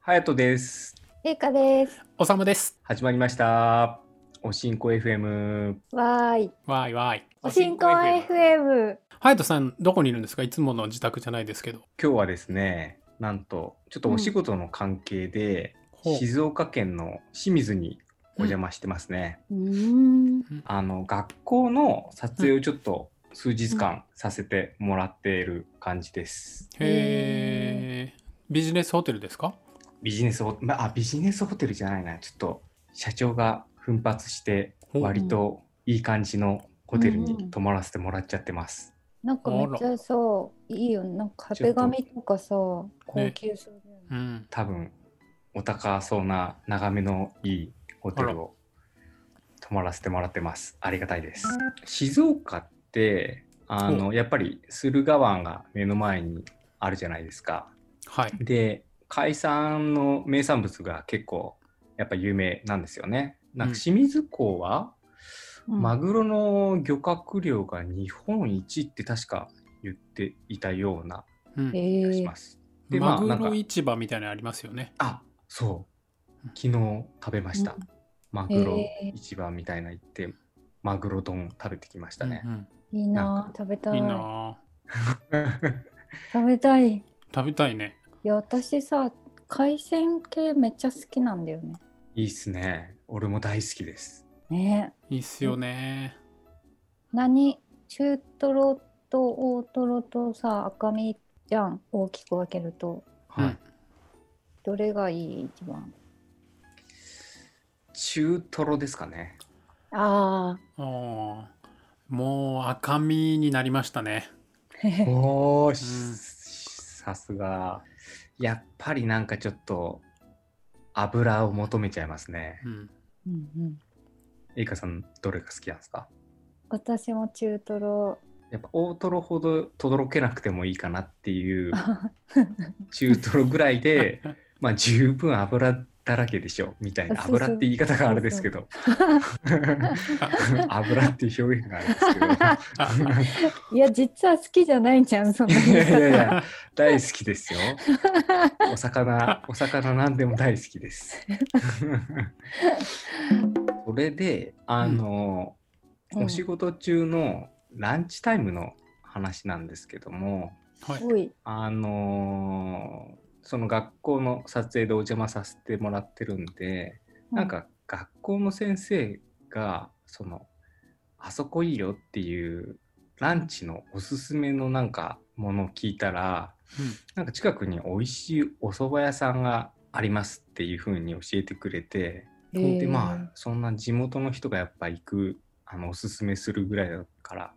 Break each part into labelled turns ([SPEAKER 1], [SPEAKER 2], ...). [SPEAKER 1] はやとです。
[SPEAKER 2] ゆうかです。
[SPEAKER 3] おさむです。
[SPEAKER 1] 始まりました。おしんこ FM。
[SPEAKER 2] わーい。
[SPEAKER 3] わーいわーい。
[SPEAKER 2] おしんこ FM。
[SPEAKER 3] ハヤトさん、どこにいるんですかいつもの自宅じゃないですけど。
[SPEAKER 1] 今日はですね、なんと、ちょっとお仕事の関係で、
[SPEAKER 3] ほう
[SPEAKER 1] 静岡県の清水にお邪魔してますね。
[SPEAKER 2] うーん。
[SPEAKER 1] あの、学校の撮影をちょっと数日間させてもらっている感じです。
[SPEAKER 3] へー。ビジネスホテルですか
[SPEAKER 1] ビジネスホ、まあ、ビジネスホテルじゃないな。ちょっと、社長が奮発して、
[SPEAKER 3] ほう
[SPEAKER 1] 割といい感じのホテルに泊まらせてもらっちゃってます。
[SPEAKER 2] なんかめっちゃさ、いいよね。なんか壁紙とかさ、高級そうだよね。
[SPEAKER 3] うん。
[SPEAKER 1] 多分お高そうな眺めのいいホテルを泊まらせてもらってますありがたいです静岡ってあのやっぱり駿河湾が目の前にあるじゃないですか
[SPEAKER 3] はい。
[SPEAKER 1] で海産の名産物が結構やっぱ有名なんですよねなんか
[SPEAKER 3] うん
[SPEAKER 1] 清水港は、
[SPEAKER 2] うん
[SPEAKER 1] マグロの漁獲量が日本一って確か言っていたような
[SPEAKER 3] うん
[SPEAKER 1] 気
[SPEAKER 2] え
[SPEAKER 1] がし
[SPEAKER 2] ー
[SPEAKER 1] ます、でま
[SPEAKER 3] マ
[SPEAKER 1] あ
[SPEAKER 3] グ
[SPEAKER 1] なんか
[SPEAKER 3] ロ市場みたいなのありますよね。
[SPEAKER 1] あそう昨日食べました、
[SPEAKER 2] うん
[SPEAKER 1] マグロ
[SPEAKER 2] へー
[SPEAKER 1] 市場みたいな行って、マグロ丼食べてきましたね
[SPEAKER 3] う、ん
[SPEAKER 2] いいなぁ食べ
[SPEAKER 3] う
[SPEAKER 2] た
[SPEAKER 3] ん。い
[SPEAKER 2] い
[SPEAKER 3] いな
[SPEAKER 2] 食べたい。い
[SPEAKER 3] ー食べたいね。
[SPEAKER 2] や、私さ、海鮮系めっちゃ好きなんだよね。
[SPEAKER 1] いいっすね俺も大好きです
[SPEAKER 2] ね
[SPEAKER 3] いいっすよね。
[SPEAKER 2] 何中トロと大トロとさ、赤身じゃん。大きく分けると。
[SPEAKER 1] はい、
[SPEAKER 3] うん
[SPEAKER 2] どれがいい一番。
[SPEAKER 1] 中トロですかね
[SPEAKER 2] あ
[SPEAKER 3] あーもう赤身になりましたね。
[SPEAKER 2] あ。
[SPEAKER 1] おーし
[SPEAKER 3] うん
[SPEAKER 1] さすがやっぱりなんかちょっと油を求めちゃいますね
[SPEAKER 3] うん。
[SPEAKER 2] うんうん、
[SPEAKER 1] えいかさんどれが好きなんですか
[SPEAKER 2] 私も中トロ
[SPEAKER 1] やっぱ大トロほどとどろけなくてもいいかなっていう中トロぐらい でまあ十分油だらけでしょみたいな
[SPEAKER 2] そうそう
[SPEAKER 1] 油って言い方があれですけど 油っていう表現があれです
[SPEAKER 2] いや実は好きじゃないじゃんそんな
[SPEAKER 1] けどいやいやい
[SPEAKER 2] に
[SPEAKER 1] や大好きですよお魚お魚なんでも大好きです それであの、お仕事中のランチタイムの話なんですけども、
[SPEAKER 3] はい。
[SPEAKER 2] おい
[SPEAKER 1] あのーその学校の撮影でお邪魔させてもらってるんで、なんか学校の先生がそのあそこいいよっていうランチのおすすめのなんかものを聞いたらなんか近くに美味しいお蕎麦屋さんがありますっていう風に教えてくれて、
[SPEAKER 2] うんへー
[SPEAKER 1] でまあそんな地元の人がやっぱ行くあのおすすめするぐらいだから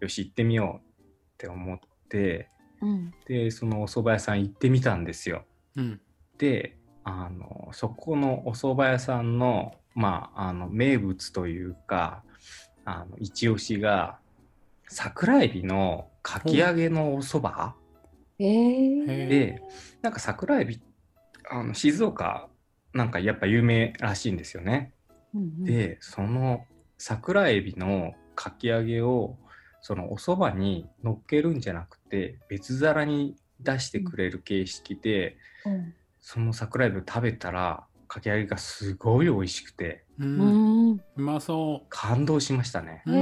[SPEAKER 1] よし行ってみようって思って。
[SPEAKER 2] うん
[SPEAKER 1] でそのお蕎麦屋さん行ってみたんですよ
[SPEAKER 3] うん。うん。
[SPEAKER 1] であのそこのお蕎麦屋さんの,、まあ、あの名物というかあの一押しが桜えびのかき揚げのお蕎麦
[SPEAKER 2] えー、
[SPEAKER 3] へえ。
[SPEAKER 1] でなんか桜えびあの静岡なんかやっぱ有名らしいんですよね
[SPEAKER 2] うんうん、
[SPEAKER 1] でその桜えびのかき揚げをそのおそばに乗っけるんじゃなくて別皿に出してくれる形式で、
[SPEAKER 2] うん
[SPEAKER 1] その桜えびを食べたらかき揚げがすごい美味しくて
[SPEAKER 3] うん。
[SPEAKER 2] うん
[SPEAKER 3] うまそ
[SPEAKER 1] 感動しましたね。
[SPEAKER 3] う。
[SPEAKER 2] え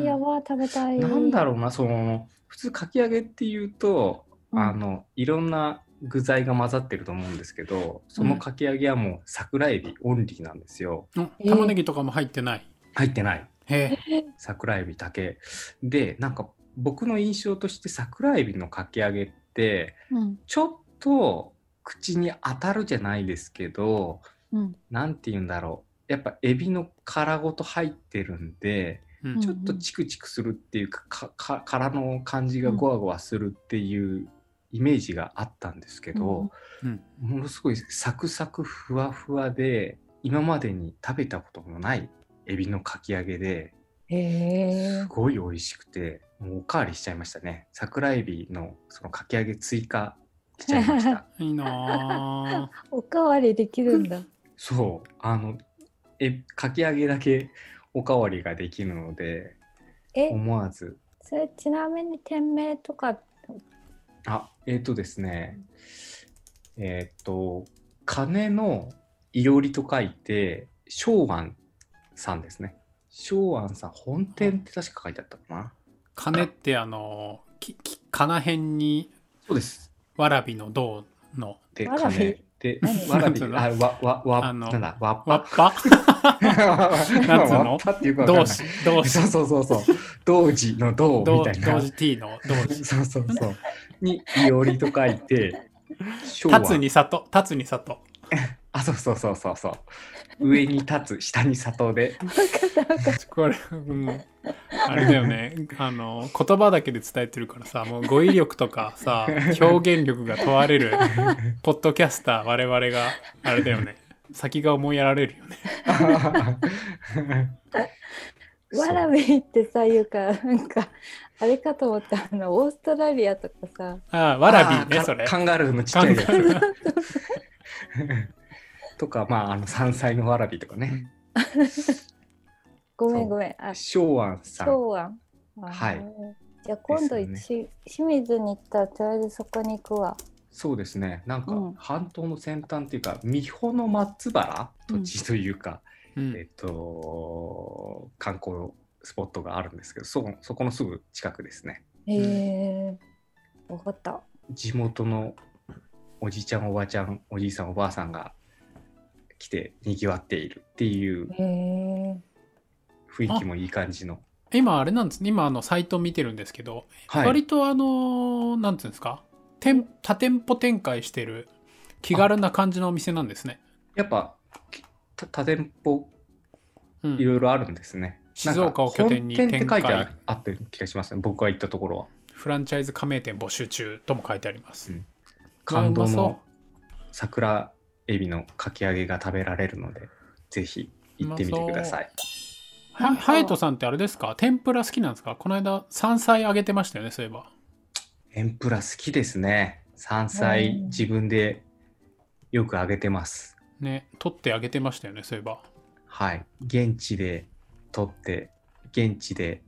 [SPEAKER 2] ー、や
[SPEAKER 3] ば。
[SPEAKER 2] ば食べたい
[SPEAKER 1] なんだろうなその普通かき揚げっていうと、
[SPEAKER 2] うん
[SPEAKER 1] あのいろんな具材が混ざってると思うんですけどそのかき揚げはもう桜えびオンリーなんですよ。
[SPEAKER 3] うん玉ねぎとかも入ってない。
[SPEAKER 1] 入ってない
[SPEAKER 3] へ
[SPEAKER 1] 桜エビだけでなんか僕の印象として桜エビのかき揚げって
[SPEAKER 2] う、うん
[SPEAKER 1] ちょっと口に当たるじゃないですけど
[SPEAKER 2] うん、
[SPEAKER 1] 何て言うんだろうやっぱエビの殻ごと入ってるんで
[SPEAKER 3] え。うん
[SPEAKER 2] うん
[SPEAKER 1] ちょっとチクチクするっていうかかか殻の感じがゴワゴワするっていうイメージがあったんですけど、
[SPEAKER 3] うん。
[SPEAKER 1] ものすごいサクサクふわふわで今までに食べたこともないエビのかき揚げで。
[SPEAKER 2] へ
[SPEAKER 1] す
[SPEAKER 2] え
[SPEAKER 1] ごい美味しくて、もうおかわりしちゃいましたね。桜エビのそのかき揚げ追加しちゃいま した。
[SPEAKER 3] いいなあ
[SPEAKER 2] おかわりできるんだ
[SPEAKER 1] そう、あの、え、かき揚げだけおかわりができるので、
[SPEAKER 2] え
[SPEAKER 1] 思わず。
[SPEAKER 2] それちなみに店名とか
[SPEAKER 1] あ、えっ、とですね、えっ、と、金のいおりと書いて、昭安さんですね。昭安さん、本店って確か書いてあったかな。
[SPEAKER 3] 金ってあのきき金辺に
[SPEAKER 1] そうです。
[SPEAKER 3] わらびの銅の
[SPEAKER 1] で、
[SPEAKER 2] わらび
[SPEAKER 1] 金。で、
[SPEAKER 2] 何
[SPEAKER 1] わらび、
[SPEAKER 3] そ
[SPEAKER 1] あ、
[SPEAKER 3] の
[SPEAKER 1] わ、わ、
[SPEAKER 3] あ
[SPEAKER 1] わ、
[SPEAKER 3] の
[SPEAKER 1] なんだ、わっ
[SPEAKER 3] わ
[SPEAKER 1] ぱ
[SPEAKER 3] っ。ぱなんつうの
[SPEAKER 1] わっぱっていうかわかんな
[SPEAKER 3] 同
[SPEAKER 1] い。
[SPEAKER 3] 士同士
[SPEAKER 1] そうそうそうそう。同時の同み
[SPEAKER 3] 同
[SPEAKER 1] た
[SPEAKER 3] 同
[SPEAKER 1] いな。
[SPEAKER 3] 時 T の同時
[SPEAKER 1] そうそうそう。に、いおりと書いて、昭和
[SPEAKER 3] 立つに里立つに里
[SPEAKER 1] あ、そうそうそうそうそう。上に立つ、下に里で。
[SPEAKER 3] これ、うん、あれだよねあの言葉だけで伝えてるからさもう語彙力とかさ表現力が問われるポッドキャスター我々があれだよね先が思いやられるよね
[SPEAKER 2] わらびってさいうかなんかあれかと思ったあのオーストラリアとか さ
[SPEAKER 3] ああ
[SPEAKER 1] そ
[SPEAKER 3] わ
[SPEAKER 1] う
[SPEAKER 3] らび
[SPEAKER 1] あー
[SPEAKER 3] ね
[SPEAKER 1] か
[SPEAKER 3] それ
[SPEAKER 1] カンガルーのちっちゃいや
[SPEAKER 3] カンガル
[SPEAKER 1] つ。 とか、まあ、あの山菜のわらびとかね。
[SPEAKER 2] ごめ
[SPEAKER 1] そうん
[SPEAKER 2] ごめんあ
[SPEAKER 1] 昭和さん。
[SPEAKER 2] 昭和
[SPEAKER 1] はい
[SPEAKER 2] じゃあ今度、
[SPEAKER 1] です
[SPEAKER 2] し清水に行ったらとりあえずそこに行くわ
[SPEAKER 1] そうですね。なんか
[SPEAKER 2] うん
[SPEAKER 1] 半島の先端っていうか、三保の松原土地というか、
[SPEAKER 3] うん
[SPEAKER 1] えっと、観光スポットがあるんですけど、そそこのすぐ近くですね。
[SPEAKER 2] へえわかった
[SPEAKER 1] 地元のおじちゃん、おばちゃん、おじいさん、おばあさんが来て賑わっているっていう
[SPEAKER 2] へえ
[SPEAKER 1] 雰囲気もいい感じの。
[SPEAKER 3] 今あれなんですね今あのサイト見てるんですけど、
[SPEAKER 1] はい。
[SPEAKER 3] 割とあのなんていうんですか店多店舗展開してる気軽な感じのお店なんですね、
[SPEAKER 1] やっぱ、きた多店舗
[SPEAKER 3] うん
[SPEAKER 1] いろいろあるんですね。
[SPEAKER 3] 静岡を拠点に
[SPEAKER 1] なんか
[SPEAKER 3] 展
[SPEAKER 1] 本
[SPEAKER 3] 開
[SPEAKER 1] 店って書いてああって気がしますね。僕が行ったところは。
[SPEAKER 3] フランチャイズ加盟店募集中とも書いてあります、
[SPEAKER 1] うん感動
[SPEAKER 3] うまそ
[SPEAKER 1] の桜エビのかき揚げが食べられるので、ぜひ行ってみてください。
[SPEAKER 2] な
[SPEAKER 3] は
[SPEAKER 2] んか
[SPEAKER 3] ハヤトさんってあれですか天ぷら好きなんですかこの間山菜あげてましたよねそういえば
[SPEAKER 1] 天ぷら好きですね。山
[SPEAKER 2] う
[SPEAKER 1] 菜
[SPEAKER 2] ん
[SPEAKER 1] 自分でよく揚げてます。
[SPEAKER 3] ね取ってあげてましたよねそういえば
[SPEAKER 1] はい。現地で取って、現地で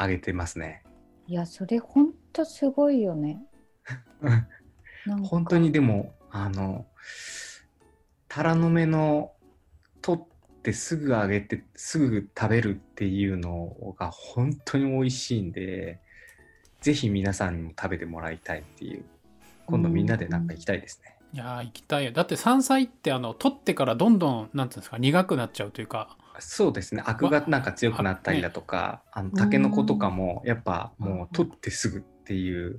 [SPEAKER 1] 揚げてますね。
[SPEAKER 2] いやそれほんとすごいよねなんか
[SPEAKER 1] 本当にでも、あの、タラの芽の取ってすぐ揚げてすぐ食べるっていうのが本当に美味しいんで、ぜひ皆さんにも食べてもらいたいっていう。今度みんなでなんか行きたいですね。
[SPEAKER 3] いやー行きたいよだって山菜ってあの取ってからどんどんなんていうんですか苦くなっちゃうというか
[SPEAKER 1] そうですねアクがなんか強くなったりだとかあのタケノコとかもやっぱもう取ってすぐっていう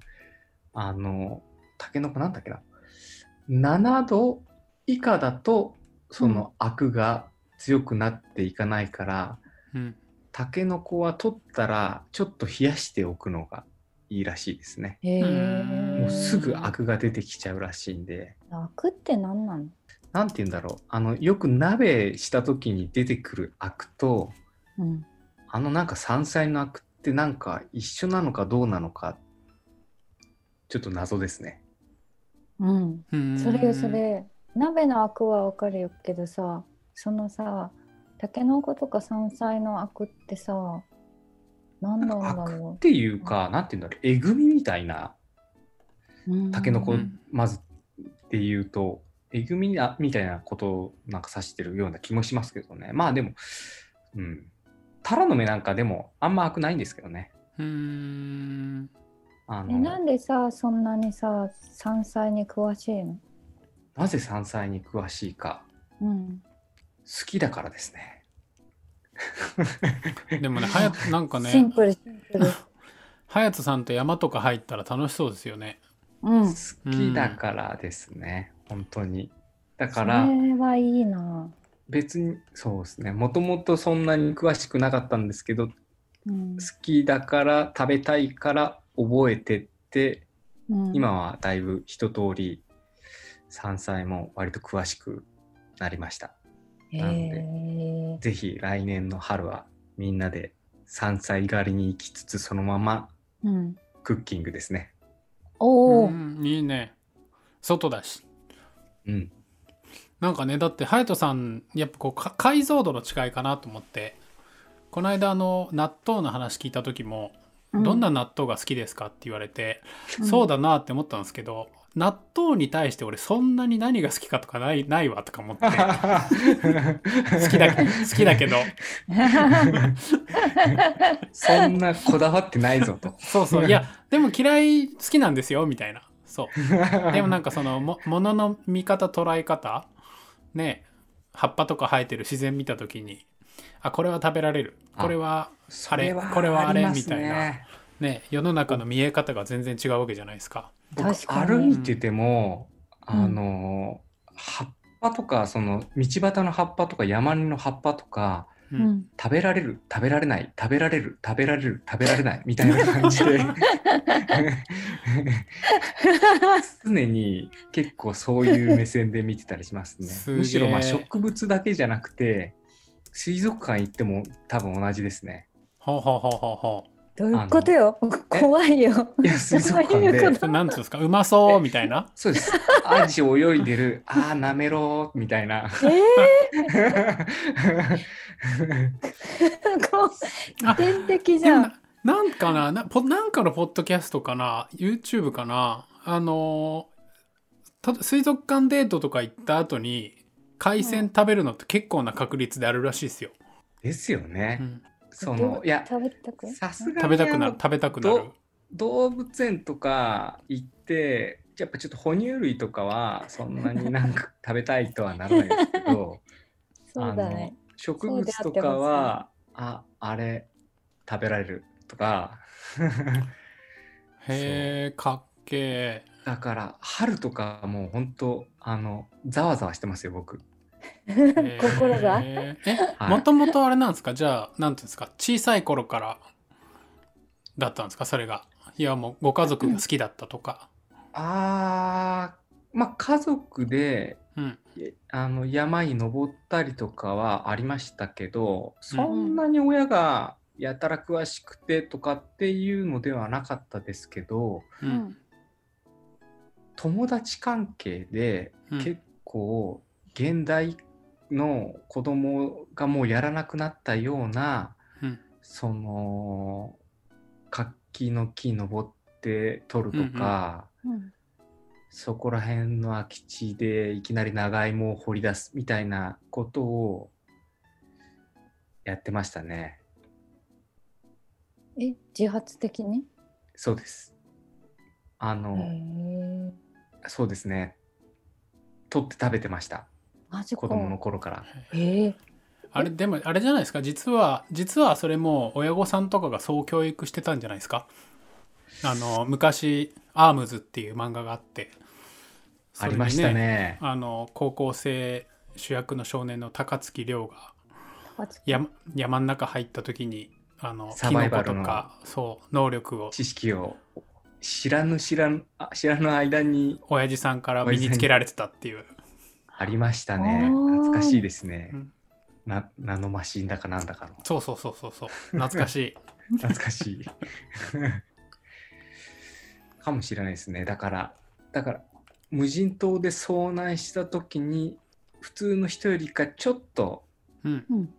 [SPEAKER 1] あのタケノコなんだっけな7度以下だとそのアクが強くなっていかないから
[SPEAKER 3] うん
[SPEAKER 1] タケノコは取ったらちょっと冷やしておくのがいいらしいですね
[SPEAKER 2] へえ
[SPEAKER 3] ん
[SPEAKER 1] もうすぐアクが出てきちゃうらしいんで
[SPEAKER 2] 楽って何なの
[SPEAKER 1] なんて言うんだろうあのよく鍋した時に出てくるアクと
[SPEAKER 2] うん
[SPEAKER 1] あのなんか山菜のアクってなんか一緒なのかどうなのかちょっと謎ですね。
[SPEAKER 2] うん
[SPEAKER 3] うん
[SPEAKER 2] それよそれ鍋のアクはわかるよけどさそのさタケノコとか山菜のアクってさ何なん
[SPEAKER 1] ア
[SPEAKER 2] だ
[SPEAKER 1] クっ
[SPEAKER 2] ろ
[SPEAKER 1] ていうか、なんて言うんだろう、えぐみみたいな、
[SPEAKER 2] ううん
[SPEAKER 1] タケノコ
[SPEAKER 3] うん
[SPEAKER 1] まずっていうと、えぐみなみたいなことをなんか指してるような気もしますけどね。まあでも、うん。タラの芽なんかでもあんまくないんですけどね。
[SPEAKER 3] うーん
[SPEAKER 1] あ
[SPEAKER 2] え
[SPEAKER 1] の
[SPEAKER 2] なんでさそんなにさ山菜に詳しいの
[SPEAKER 1] なぜ山菜に詳しいか、
[SPEAKER 2] うん
[SPEAKER 1] 好きだからですね。
[SPEAKER 3] でもねはやな んか
[SPEAKER 2] シン
[SPEAKER 3] ね
[SPEAKER 2] プルシンプル
[SPEAKER 3] ハヤトさんと山とか入ったら楽しそうですよね
[SPEAKER 2] うん
[SPEAKER 1] 好きだからですね、本当に。だから、
[SPEAKER 2] それはいいな
[SPEAKER 1] 別にそうですねもともとそんなに詳しくなかったんですけど好
[SPEAKER 2] うん
[SPEAKER 1] きだから食べたいから覚えてって
[SPEAKER 2] うん
[SPEAKER 1] 今はだいぶ一通り山菜も割と詳しくなりました
[SPEAKER 2] へ
[SPEAKER 1] なんで
[SPEAKER 2] え
[SPEAKER 1] 是非来年の春はみんなで山菜狩りに行きつつそのまま
[SPEAKER 2] うん
[SPEAKER 1] クッキングですね
[SPEAKER 2] おお
[SPEAKER 3] うんいいね外だし
[SPEAKER 1] うん
[SPEAKER 3] なんかねだってハヤトさんやっぱこうか解像度の違いかなと思ってこの間あの納豆の話聞いた時も、どんな納豆が好きですかって言われて、そう
[SPEAKER 2] だ
[SPEAKER 3] だなって思ったんですけど納豆に対して俺そんなに何が好きかとかないないわとか思って 好きだけ好きだけど
[SPEAKER 1] そんなこだわってないぞと
[SPEAKER 3] そうそういやでも嫌い好きなんですよみたいなそうでもなんかそのもものの見方捉え方ね葉っぱとか生えてる自然見た時にあこれは食べられるこれは あれこれはあれみたいなね世の中の見え方が全然違うわけじゃないですか。
[SPEAKER 1] 僕
[SPEAKER 2] 確か
[SPEAKER 1] 歩
[SPEAKER 2] に
[SPEAKER 1] いてても、
[SPEAKER 2] うん
[SPEAKER 1] あの葉っぱとかその道端の葉っぱとか山の葉っぱとか
[SPEAKER 3] う
[SPEAKER 2] うんん、
[SPEAKER 1] 食べられる食べられない食べられる食べられる食べられないみたいな感じで常に結構そういう目線で見てたりしますね
[SPEAKER 3] すげえ
[SPEAKER 1] むしろまあ植物だけじゃなくて水族館行っても多分同じですね
[SPEAKER 3] ほうほうほうほうほう
[SPEAKER 2] どういうことよ怖いよ
[SPEAKER 1] いや水族館で
[SPEAKER 2] どういうこ
[SPEAKER 3] それなんつうんですかうまそうみたいな
[SPEAKER 1] そうですアジ泳いでるああなめろうみたいな
[SPEAKER 2] えー こ
[SPEAKER 3] あ
[SPEAKER 2] う天敵じ
[SPEAKER 3] で
[SPEAKER 2] ゃ
[SPEAKER 3] も
[SPEAKER 2] ん。
[SPEAKER 3] なんかななポなんかのポッドキャストかな YouTube かなあのーた水族館デートとか行った後に海鮮食べるのって結構な確率であるらしいですよ、
[SPEAKER 1] ですよね、
[SPEAKER 3] うん
[SPEAKER 1] そのいや
[SPEAKER 2] 食べたく。
[SPEAKER 1] さすがに
[SPEAKER 3] 食べたくな
[SPEAKER 1] あ
[SPEAKER 3] る
[SPEAKER 1] の
[SPEAKER 3] 食べたくなる
[SPEAKER 1] ど動物園とか行ってやっぱちょっと哺乳類とかはそんなになん か食べたいとはならないですけど
[SPEAKER 2] そうだね。
[SPEAKER 1] あの植物とかはああれ食べられるとか
[SPEAKER 3] へえかっけえ
[SPEAKER 1] だから春とかもう本当あのざわざわしてますよ僕。
[SPEAKER 2] 心が。
[SPEAKER 3] へーえ
[SPEAKER 1] はい
[SPEAKER 3] もともとあれなんですかじゃあなんていうんですか小さい頃からだったんですかそれがいやもうご家族が好きだったとか
[SPEAKER 1] あーまあ家族で
[SPEAKER 3] うん
[SPEAKER 1] えあの山に登ったりとかはありましたけどそんなに親がやたら詳しくてとかっていうのではなかったですけど
[SPEAKER 3] う
[SPEAKER 2] うんん。
[SPEAKER 1] 友達関係で
[SPEAKER 3] うん
[SPEAKER 1] 結構現代の子供がもうやらなくなったような
[SPEAKER 3] うん
[SPEAKER 1] その活気の木登って取るとか。
[SPEAKER 2] うん
[SPEAKER 1] そこら辺の空き地でいきなり長芋を掘り出すみたいなことをやってましたね。
[SPEAKER 2] え、自発的に。
[SPEAKER 1] そうです。あの、
[SPEAKER 2] へえ。
[SPEAKER 1] そうですね。取って食べてました。
[SPEAKER 2] マジ
[SPEAKER 1] 子
[SPEAKER 2] か。
[SPEAKER 1] 供の頃から。
[SPEAKER 2] ええ。
[SPEAKER 3] あれでもあれじゃないですか実は実はそれも親御さんとかがそう教育してたんじゃないですかあの昔「アームズ」っていう漫画があってそ
[SPEAKER 1] あ
[SPEAKER 3] れ
[SPEAKER 1] り
[SPEAKER 3] にね
[SPEAKER 1] ましたね。
[SPEAKER 3] あの高校生主役の少年の高槻涼が
[SPEAKER 2] あつ
[SPEAKER 3] 山山の中入った時にあの
[SPEAKER 1] サバイバル
[SPEAKER 3] キノコとかそう能力を
[SPEAKER 1] 知識を知らぬ知らぬあ知らぬ間に
[SPEAKER 3] 親父さんから身につけられてたっていう
[SPEAKER 1] ありましたね。
[SPEAKER 2] あー
[SPEAKER 1] 懐かしいですね
[SPEAKER 3] うん。
[SPEAKER 1] なナノマシンだかなんだかの。
[SPEAKER 3] そうそうそうそうそう懐かしい
[SPEAKER 1] 懐かしい かもしれないですねだからだから無人島で遭難した時に普通の人よりかちょっと
[SPEAKER 3] うん
[SPEAKER 2] うん。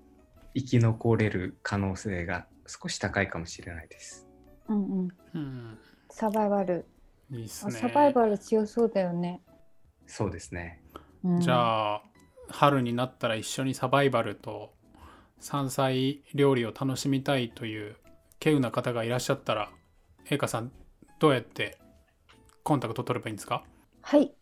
[SPEAKER 1] 生き残れる可能性が少し高いかもしれないです
[SPEAKER 2] うんうん。
[SPEAKER 3] うん
[SPEAKER 2] サバイバル。
[SPEAKER 3] いいっす
[SPEAKER 2] あ
[SPEAKER 3] ね
[SPEAKER 2] サバイバル強そうだよね。
[SPEAKER 1] そうですね
[SPEAKER 2] うん
[SPEAKER 3] じゃあ春になったら一緒にサバイバルと山菜料理を楽しみたいという稀有な方がいらっしゃったらえいかさんどうやってコンタクト取ればいいんですか
[SPEAKER 2] はい。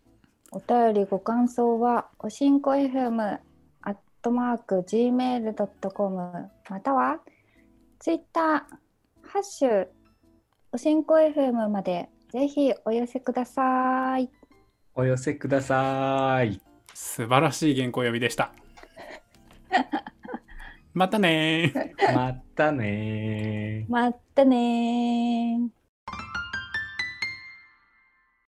[SPEAKER 2] お便りご感想は、おしんこ FM、アットマーク、gmail.com、または、ツイッター、ハッシュ、おしんこ FM まで、ぜひお寄せください。
[SPEAKER 1] お寄せください
[SPEAKER 3] 素晴らしい原稿読みでしたまたねー
[SPEAKER 1] またねー
[SPEAKER 2] まったねー。